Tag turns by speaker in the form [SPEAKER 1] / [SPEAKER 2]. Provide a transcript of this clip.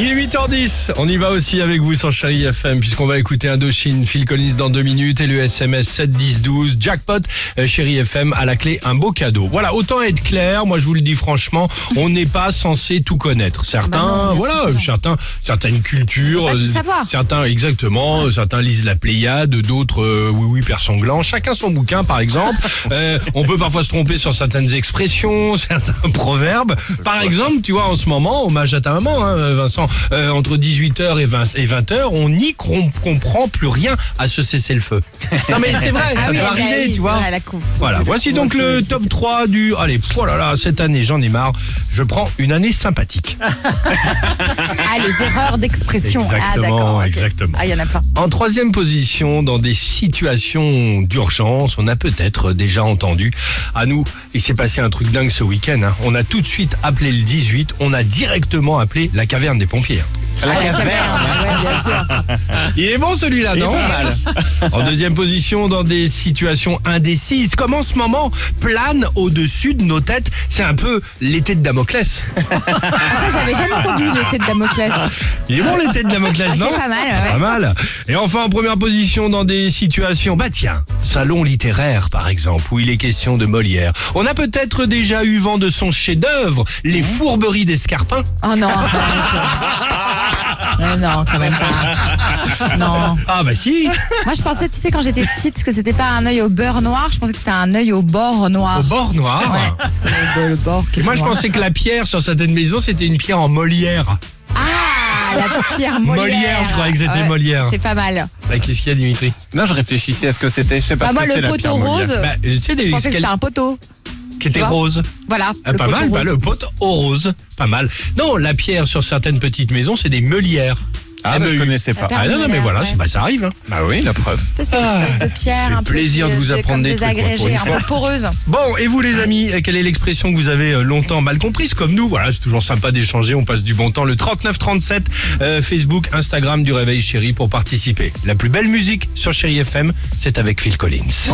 [SPEAKER 1] 10h10, on y va aussi avec vous sur Chéri FM puisqu'on va écouter Indochine, Phil Collins dans deux minutes et le SMS 71012, jackpot, euh, Chéri FM à la clé, un beau cadeau. Voilà, autant être clair, moi je vous le dis franchement, on n'est pas censé tout connaître. Certains,
[SPEAKER 2] Bah non, bien sûr
[SPEAKER 1] voilà,
[SPEAKER 2] que non.
[SPEAKER 1] certains, certaines cultures,
[SPEAKER 2] On peut pas tout
[SPEAKER 1] euh,
[SPEAKER 2] Ah, savoir.
[SPEAKER 1] certains exactement, euh, certains lisent la Pléiade, d'autres euh, oui oui père sanglant, chacun son bouquin par exemple. Euh, on peut parfois se tromper sur certaines expressions, certains proverbes. Par exemple, tu vois en ce moment, hommage à ta maman hein, Vincent, euh, entre 18h et 20 et 20h, on n'y com- comprend plus rien à ce cessez-le-feu. Non mais c'est vrai, ça
[SPEAKER 2] oui,
[SPEAKER 1] peut
[SPEAKER 2] bah
[SPEAKER 1] arriver,
[SPEAKER 2] oui,
[SPEAKER 1] tu
[SPEAKER 2] c'est
[SPEAKER 1] vois.
[SPEAKER 2] vrai, la coupe.
[SPEAKER 1] Voilà, voici donc le
[SPEAKER 2] c'est-
[SPEAKER 1] top
[SPEAKER 2] c'est-
[SPEAKER 1] 3 du... Allez, oh là là, cette année, j'en ai marre. Je prends une année sympathique.
[SPEAKER 2] Ah, les erreurs d'expression. ah,
[SPEAKER 1] Exactement,
[SPEAKER 2] d'accord, ok.
[SPEAKER 1] exactement.
[SPEAKER 2] Ah, il y en a plein.
[SPEAKER 1] En troisième position, dans des situations d'urgence, on a peut-être déjà entendu. À nous, il s'est passé un truc dingue ce week-end. hein. On a tout de suite appelé le 18, on a directement appelé la caverne des pompiers. hein.
[SPEAKER 3] La
[SPEAKER 2] Ah, ouais, bien sûr.
[SPEAKER 1] Il est bon celui-là, non En deuxième position, dans des situations indécises, comme en ce moment, plane au-dessus de nos têtes. C'est un peu l'été de Damoclès.
[SPEAKER 2] Ah, ça, j'avais jamais entendu l'été de Damoclès.
[SPEAKER 1] Il est bon l'été de Damoclès,
[SPEAKER 2] C'est
[SPEAKER 1] non
[SPEAKER 2] pas mal, ouais.
[SPEAKER 1] Pas mal. Et enfin, en première position dans des situations, bah tiens, salon littéraire par exemple, où il est question de Molière. On a peut-être déjà eu vent de son chef-d'œuvre, Les
[SPEAKER 2] Mmh.
[SPEAKER 1] Fourberies d'Escarpin.
[SPEAKER 2] Oh non, arrête. Non, non, quand même pas. Non.
[SPEAKER 1] Ah bah si,
[SPEAKER 2] Moi, je pensais, tu sais, quand j'étais petite, que c'était pas un œil au beurre noir, je pensais que c'était un œil au bord noir.
[SPEAKER 1] au bord noir.
[SPEAKER 2] Ouais, parce que le, le bord qui
[SPEAKER 1] Et
[SPEAKER 2] est
[SPEAKER 1] moi je
[SPEAKER 2] noir.
[SPEAKER 1] pensais que la pierre sur certaines maisons c'était une pierre en Molière.
[SPEAKER 2] Ah, la pierre Molière.
[SPEAKER 1] Molière, je croyais que c'était
[SPEAKER 2] Ouais,
[SPEAKER 1] Molière.
[SPEAKER 2] C'est pas mal.
[SPEAKER 1] Bah qu'est-ce qu'il y a Dimitri
[SPEAKER 3] Non, je réfléchissais à ce que c'était. Je sais pas
[SPEAKER 2] Bah,
[SPEAKER 3] ce
[SPEAKER 2] moi,
[SPEAKER 3] que c'est
[SPEAKER 2] le
[SPEAKER 3] la
[SPEAKER 2] poteau
[SPEAKER 3] pierre Molière.
[SPEAKER 2] rose,
[SPEAKER 1] Bah tu sais
[SPEAKER 2] Euh, je
[SPEAKER 1] des
[SPEAKER 2] pensais que
[SPEAKER 1] qu'elle-
[SPEAKER 2] c'était un poteau.
[SPEAKER 1] qui étaient
[SPEAKER 2] vois
[SPEAKER 1] roses.
[SPEAKER 2] Voilà.
[SPEAKER 1] Ah,
[SPEAKER 2] le
[SPEAKER 1] pas
[SPEAKER 2] poteau
[SPEAKER 1] mal, bah,
[SPEAKER 2] rose.
[SPEAKER 1] le pote aux roses, pas mal. Non, la pierre sur certaines petites maisons c'est des meulières.
[SPEAKER 3] Ah, bah, je
[SPEAKER 1] MEU.
[SPEAKER 3] connaissais pas.
[SPEAKER 2] Pierre
[SPEAKER 1] Ah non, non mais
[SPEAKER 2] Molière,
[SPEAKER 1] voilà,
[SPEAKER 2] ouais.
[SPEAKER 1] c'est- bah, ça arrive. hein.
[SPEAKER 3] Bah oui, la preuve.
[SPEAKER 2] Tu sais, C'est une espèce de pierre.
[SPEAKER 1] fait
[SPEAKER 2] un peu
[SPEAKER 1] Ah, plaisir de vous
[SPEAKER 2] qui-
[SPEAKER 1] apprendre
[SPEAKER 2] comme
[SPEAKER 1] des trucs, moi, pour une
[SPEAKER 2] désagrégée, un peu poreuse.
[SPEAKER 1] Bon, et vous les amis, euh, quelle est l'expression que vous avez euh, longtemps mal comprise comme nous Voilà, c'est toujours sympa d'échanger, on passe du bon temps. Le 3937, euh, Facebook, Instagram du Réveil Chéri pour participer. La plus belle musique sur Chéri FM, c'est avec Phil Collins.